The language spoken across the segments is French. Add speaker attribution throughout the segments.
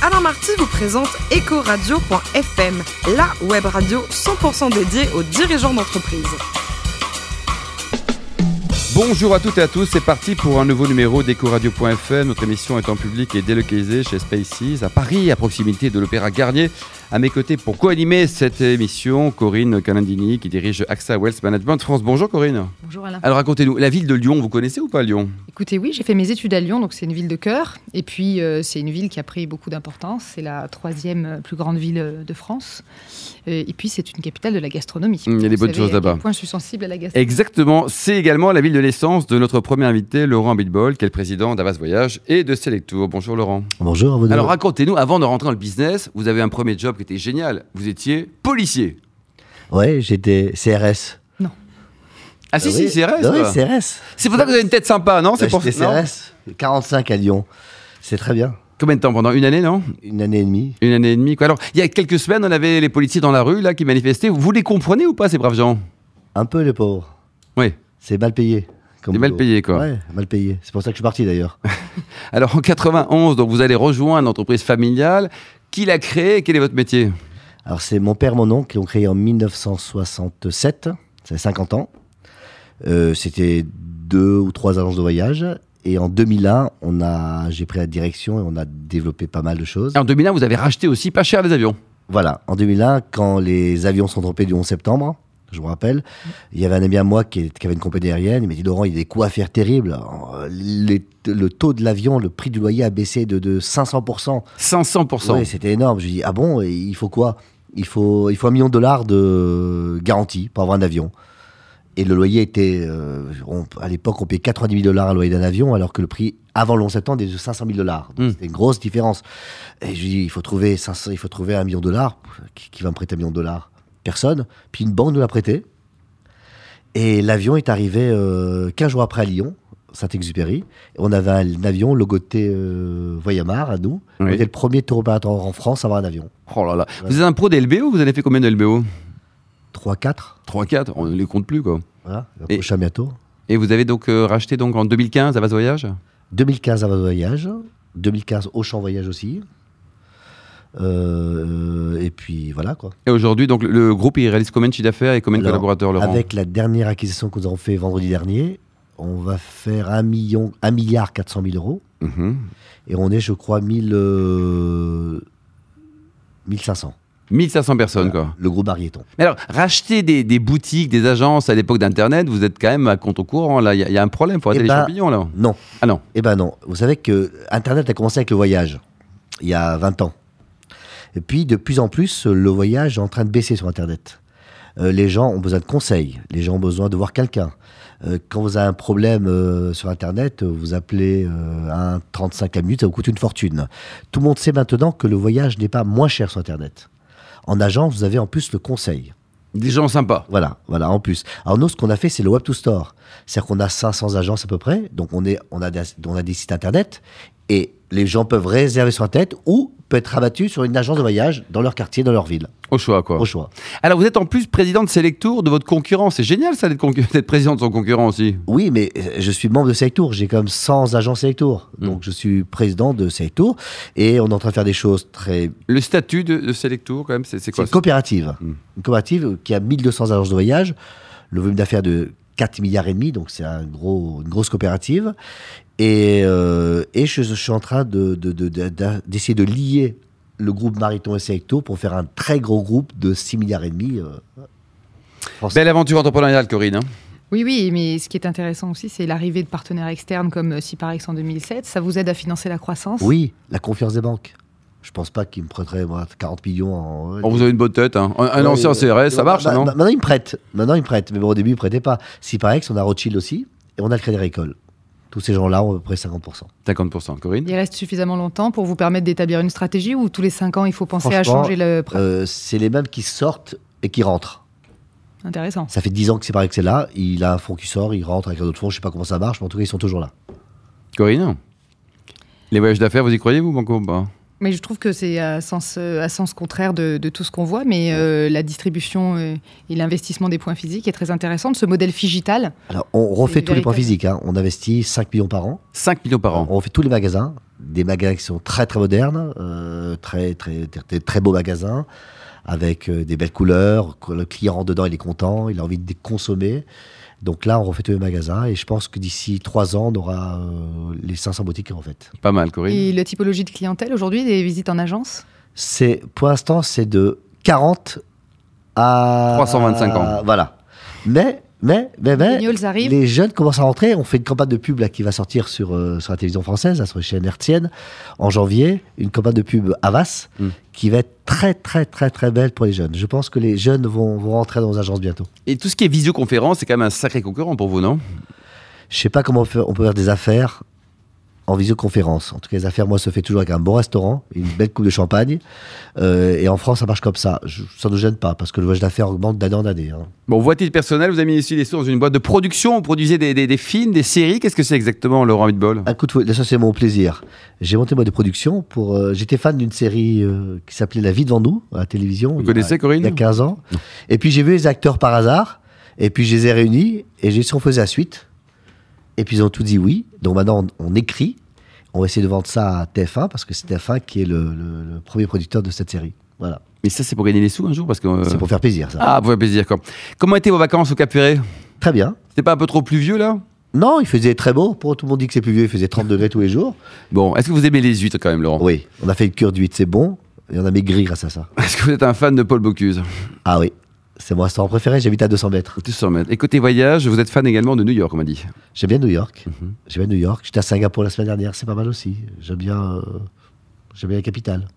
Speaker 1: Alain Marty vous présente Ecoradio.fm, la web radio 100% dédiée aux dirigeants d'entreprise.
Speaker 2: Bonjour à toutes et à tous, c'est parti pour un nouveau numéro d'EcoRadio.fm. Notre émission est en public et délocalisée chez Spaces à Paris, à proximité de l'Opéra Garnier. À mes côtés pour co-animer cette émission, Corinne Calandini qui dirige AXA Wealth Management France. Bonjour Corinne.
Speaker 3: Bonjour Alain.
Speaker 2: Alors racontez-nous, la ville de Lyon, vous connaissez ou pas Lyon
Speaker 3: Écoutez, oui, j'ai fait mes études à Lyon, donc c'est une ville de cœur. Et puis, euh, c'est une ville qui a pris beaucoup d'importance. C'est la troisième euh, plus grande ville euh, de France. Euh, et puis, c'est une capitale de la gastronomie.
Speaker 2: Il y a des
Speaker 3: Vous
Speaker 2: bonnes
Speaker 3: savez
Speaker 2: choses
Speaker 3: à quel
Speaker 2: là-bas.
Speaker 3: point je suis sensible à la gastronomie.
Speaker 2: Exactement, c'est également la ville de l'essence de notre premier invité, Laurent Bilbol, qui est le président d'Avas Voyage et de Selectour. Bonjour Laurent.
Speaker 4: Bonjour à vous deux.
Speaker 2: Alors racontez-nous, avant de rentrer dans le business, vous avez un premier job qui était génial. Vous étiez policier.
Speaker 4: ouais, j'étais CRS.
Speaker 2: Ah si,
Speaker 4: Oui.
Speaker 2: si, CRS.
Speaker 4: Ouais,
Speaker 2: quoi.
Speaker 4: CRS.
Speaker 2: C'est pour ça que vous avez une tête sympa, non C'est
Speaker 4: Ouais,
Speaker 2: pour
Speaker 4: Bah, j'étais
Speaker 2: non
Speaker 4: CRS. 45 à Lyon. C'est très bien.
Speaker 2: Combien de temps Pendant une année, non
Speaker 4: Une année et demie.
Speaker 2: Une année et demie, quoi. Alors, il y a quelques semaines, on avait les policiers dans la rue, là, qui manifestaient. Vous les comprenez ou pas, ces braves gens
Speaker 4: Un peu les pauvres.
Speaker 2: Oui.
Speaker 4: C'est mal payé. comme
Speaker 2: C'est mal
Speaker 4: boulot.
Speaker 2: payé, quoi.
Speaker 4: Ouais, mal payé. C'est pour ça que je suis parti d'ailleurs.
Speaker 2: Alors, en 91, donc, vous allez rejoindre une entreprise familiale. Qui l'a créée et Quel est votre métier
Speaker 4: Alors c'est mon père, mon oncle qui ont créé en 1967. Ça fait 50 ans. Euh, C'était deux ou trois agences de voyage. Et en 2001, on a, j'ai pris la direction et on a développé pas mal de choses.
Speaker 2: En 2001, vous avez racheté aussi pas cher les avions.
Speaker 4: Voilà, en 2001, quand les avions sont tombés du 11 septembre, je vous rappelle, il y avait un ami à moi qui, est- qui avait une compagnie aérienne, il m'a dit Laurent, il y a des coûts à faire terribles. Euh, les- le taux de l'avion, le prix du loyer a baissé de, de 500%.
Speaker 2: 500%.
Speaker 4: Oui, c'était énorme. Je lui ai dit Ah bon, et il faut quoi il faut, il faut un million de dollars de garantie pour avoir un avion. Et le loyer était. euh, on- à l'époque, on payait 90 000 dollars à loyer d'un avion, alors que le prix avant le 11 septembre était de 500 000 dollars. Donc
Speaker 2: Mm.
Speaker 4: c'était une grosse différence. Et je lui dis, il faut trouver 500, il faut trouver un million de dollars. Qui, qui va me prêter un million de dollars Personne. Puis une banque nous l'a prêté. Et l'avion est arrivé euh, 15 jours après à Lyon, Saint-Exupéry. On avait un avion logoté euh, Voyamar à nous.
Speaker 2: Oui.
Speaker 4: On était le premier tour opérateur en France à avoir un avion.
Speaker 2: Oh là là. Vous êtes un pro des LBO Vous avez fait combien de LBO
Speaker 4: 3-4.
Speaker 2: 3, 4. On ne les compte plus, quoi.
Speaker 4: Voilà, le
Speaker 2: Et-
Speaker 4: prochain bientôt.
Speaker 2: Et vous avez donc euh, racheté donc, en 2015 Avas Voyage
Speaker 4: 2015 à Voyage, 2015 Auchan Voyage aussi. Euh, et puis voilà quoi.
Speaker 2: Et aujourd'hui, donc le- le groupe, il réalise combien de chiffre d'affaires et combien de
Speaker 4: Alors,
Speaker 2: collaborateurs, Laurent
Speaker 4: Avec la dernière acquisition que nous avons fait vendredi dernier, on va faire 1 million, 1 milliard 400 000 euros.
Speaker 2: Mhm.
Speaker 4: Et on est, je crois, 1000, euh, 1500.
Speaker 2: 1500 personnes, quoi.
Speaker 4: Le gros barilleton.
Speaker 2: Mais alors, racheter des, des boutiques, des agences à l'époque d'Internet, vous êtes quand même à compte au courant. Là, il y a- il y, a un problème pour
Speaker 4: Eh
Speaker 2: arrêter les
Speaker 4: ben-
Speaker 2: champignons, là.
Speaker 4: Non.
Speaker 2: Ah non.
Speaker 4: Eh ben non. Vous savez que Internet a commencé avec le voyage, il y a 20 ans. Et puis, de plus en plus, le voyage est en train de baisser sur Internet. Euh, les gens ont besoin de conseils, les gens ont besoin de voir quelqu'un. Euh, quand vous avez un problème euh, sur Internet, euh, vous appelez euh, un 35 la minute, ça vous coûte une fortune. Tout le monde sait maintenant que le voyage n'est pas moins cher sur Internet. En agence, vous avez en plus le conseil.
Speaker 2: Des gens sympas.
Speaker 4: Voilà, voilà, en plus. Alors nous, ce qu'on a fait, c'est le Web to Store. C'est-à-dire qu'on a 500 agences à peu près, donc on, est, on, a des, on a des sites internet, et les gens peuvent réserver sur Internet ou peuvent être rabattus sur une agence de voyage dans leur quartier, dans leur ville,
Speaker 2: Au choix, quoi.
Speaker 4: au choix.
Speaker 2: Alors, vous êtes en plus président de Selectour, de votre concurrent. C'est génial, ça, d'être concur- d'être président de son concurrent aussi.
Speaker 4: Oui, mais euh, je suis membre de Selectour, j'ai comme 100 agences Selectour, donc je suis président de Selectour, et on est en train de faire des choses très...
Speaker 2: Le statut de, de Selectour, quand même, c'est c'est
Speaker 4: C'est
Speaker 2: quoi
Speaker 4: une coopérative,
Speaker 2: Mm.
Speaker 4: une coopérative qui a 1200 agences de voyage, le volume d'affaires de 4 milliards et demi, donc c'est un gros, une grosse coopérative. Et, euh, et je, je suis en train de- de- de- de- d'a- d'essayer de, lier le groupe Mariton et Selecto pour faire un très gros groupe de 6 milliards et demi. euh, français.
Speaker 2: Belle aventure entrepreneuriale, Corinne. hein.
Speaker 3: Oui, oui, mais ce qui est intéressant aussi, c'est l'arrivée de partenaires externes comme euh, Ciparex en 2007. Ça vous aide à financer la croissance.
Speaker 4: Oui, la confiance des banques. Je pense pas qu'ils me prêteraient moi, 40 millions en...
Speaker 2: Oh, vous avez une bonne tête. hein. Un, un
Speaker 4: Ouais,
Speaker 2: ancien
Speaker 4: euh,
Speaker 2: CRS, ça
Speaker 4: bah,
Speaker 2: marche,
Speaker 4: bah,
Speaker 2: non
Speaker 4: bah, Maintenant, ils me prêtent. Maintenant, ils me prêtent. Mais bon, au début, ils ne prêtaient pas. Si par exemple, on a Rothschild aussi, et on a le Crédit Agricole. Tous ces gens-là ont à peu près 50%.
Speaker 2: 50%, Corinne.
Speaker 3: Il reste suffisamment longtemps pour vous permettre d'établir une stratégie ou tous les cinq ans, il faut penser à
Speaker 4: Franchement,
Speaker 3: changer le. pr-
Speaker 4: Euh, c'est les mêmes qui sortent et qui rentrent.
Speaker 3: Intéressant.
Speaker 4: Ça fait 10 ans que c'est pareil que c'est là. Il a un fonds qui sort, il rentre avec un autre fonds. Je sais pas comment ça marche, mais en tout cas, ils sont toujours là.
Speaker 2: Corinne Les voyages d'affaires, vous y croyez, vous, Banco ou pas
Speaker 3: Mais je trouve que c'est à sens, euh, à sens contraire de, de tout ce qu'on voit, mais euh, la distribution euh, et l'investissement des points physiques est très intéressante. Ce modèle figital,
Speaker 4: Alors, on refait tous les points
Speaker 3: véritable.
Speaker 4: physiques. hein. On investit 5 millions par an.
Speaker 2: 5 millions par an.
Speaker 4: On refait tous les magasins. des magasins qui sont très très modernes, euh, très, très, très, très beaux magasins, avec euh, des belles couleurs. Quand Le client rentre dedans, il est content, il a envie de consommer. Donc là, on refait tous les magasins et je pense que d'ici trois ans, on aura euh, les 500 boutiques en fait.
Speaker 2: Pas mal, Corinne.
Speaker 3: Et la typologie de clientèle aujourd'hui, des visites en agence
Speaker 4: C'est pour l'instant, c'est de 40 à
Speaker 2: 325 ans.
Speaker 4: Voilà. Mais mais mais
Speaker 3: Les
Speaker 4: mais
Speaker 3: Millennials arrivent.
Speaker 4: les jeunes commencent à rentrer. On fait une campagne de pub là, qui va sortir sur, euh, sur la télévision française, là, sur les chaînes hertziennes, en janvier. Une campagne de pub Avas
Speaker 2: Mm.
Speaker 4: qui va être très, très, très, très belle pour les jeunes. Je pense que les jeunes vont, vont rentrer dans nos agences bientôt.
Speaker 2: Et tout ce qui est visioconférence, c'est quand même un sacré concurrent pour vous, non
Speaker 4: Je sais pas comment on peut, on peut faire des affaires en visioconférence. En tout cas, les affaires, moi, se fait toujours avec un bon restaurant, une belle coupe de champagne. Euh, et en France, ça marche comme ça. Je- ça ne nous gêne pas parce que le voyage d'affaires augmente d'année en année. hein.
Speaker 2: Bon, vous, à titre personnel, vous avez mis aussi des sources dans une boîte de production, vous produisez des, des- des films, des séries. Qu'est-ce que c'est exactement, Laurent Midball
Speaker 4: Un coup de fou- ça c'est mon plaisir. J'ai monté moi des productions pour. euh, J'étais fan d'une série euh, qui s'appelait La vie devant nous à la télévision.
Speaker 2: Vous
Speaker 4: il y a-
Speaker 2: connaissez,
Speaker 4: Il y a
Speaker 2: Corinne
Speaker 4: 15 ans. Et puis j'ai vu les acteurs par hasard. Et puis je les ai réunis et j'ai dit si on faisait la suite. Et puis ils ont tout dit oui. Donc maintenant on, on écrit. On va essayer de vendre ça à TF1 parce que c'est TF1 qui est le, le- le premier producteur de cette série. Voilà.
Speaker 2: Mais ça, c'est pour gagner les sous un jour, parce que. euh,
Speaker 4: C'est pour faire plaisir ça.
Speaker 2: Ah, pour faire plaisir, quoi. Comment étaient vos vacances au Cap Ferret
Speaker 4: Très bien.
Speaker 2: C'était pas un peu trop pluvieux, là
Speaker 4: Non, il faisait très beau. Pour tout le monde dit que c'est plus vieux, il faisait 30 degrés tous les jours.
Speaker 2: Bon, est-ce que vous aimez les huîtres, quand même, Laurent
Speaker 4: Oui, on a fait une cure d'huître, c'est bon. Et on a maigri grâce à ça.
Speaker 2: Est-ce que vous êtes un fan de Paul Bocuse
Speaker 4: Ah oui, c'est mon restaurant préféré, j'habite à 200 mètres.
Speaker 2: Tout sur mètres. Et côté voyage, vous êtes fan également de New York, on m'a dit.
Speaker 4: J'aime bien New York.
Speaker 2: Mhm.
Speaker 4: J'aime bien New York. J'étais à Singapour la semaine dernière, c'est pas mal aussi. J'aime bien, euh, j'aime bien la capitale.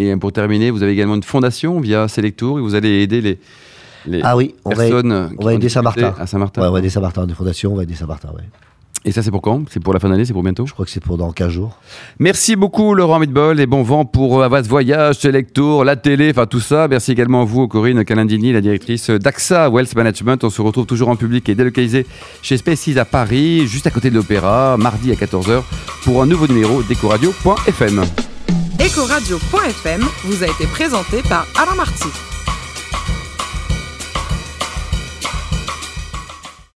Speaker 2: Et pour terminer, vous avez également une fondation via Selectour et vous allez aider les, les
Speaker 4: Ah oui, on va,
Speaker 2: personnes. qui
Speaker 4: va
Speaker 2: ont
Speaker 4: aider
Speaker 2: des
Speaker 4: Saint-Martin.
Speaker 2: difficultés À Saint-Martin.
Speaker 4: ouais, on va aider Saint-Martin, on a une fondation, on va aider Saint-Martin, ouais.
Speaker 2: Et ça, c'est pour quand C'est pour la fin d'année C'est pour bientôt
Speaker 4: Je crois que c'est pour dans 15 jours.
Speaker 2: Merci beaucoup, Laurent Midbol, et bon vent pour euh, Avas Voyage, Selectour, la télé, enfin tout ça. Merci également à vous, Corinne Calandini, la directrice d'AXA Wealth Management. On se retrouve toujours en public et délocalisé chez Species à Paris, juste à côté de l'Opéra, mardi à 14h, pour un nouveau numéro d'Ecoradio.fm.
Speaker 1: Ecoradio.fm vous a été présenté par Alain Marty.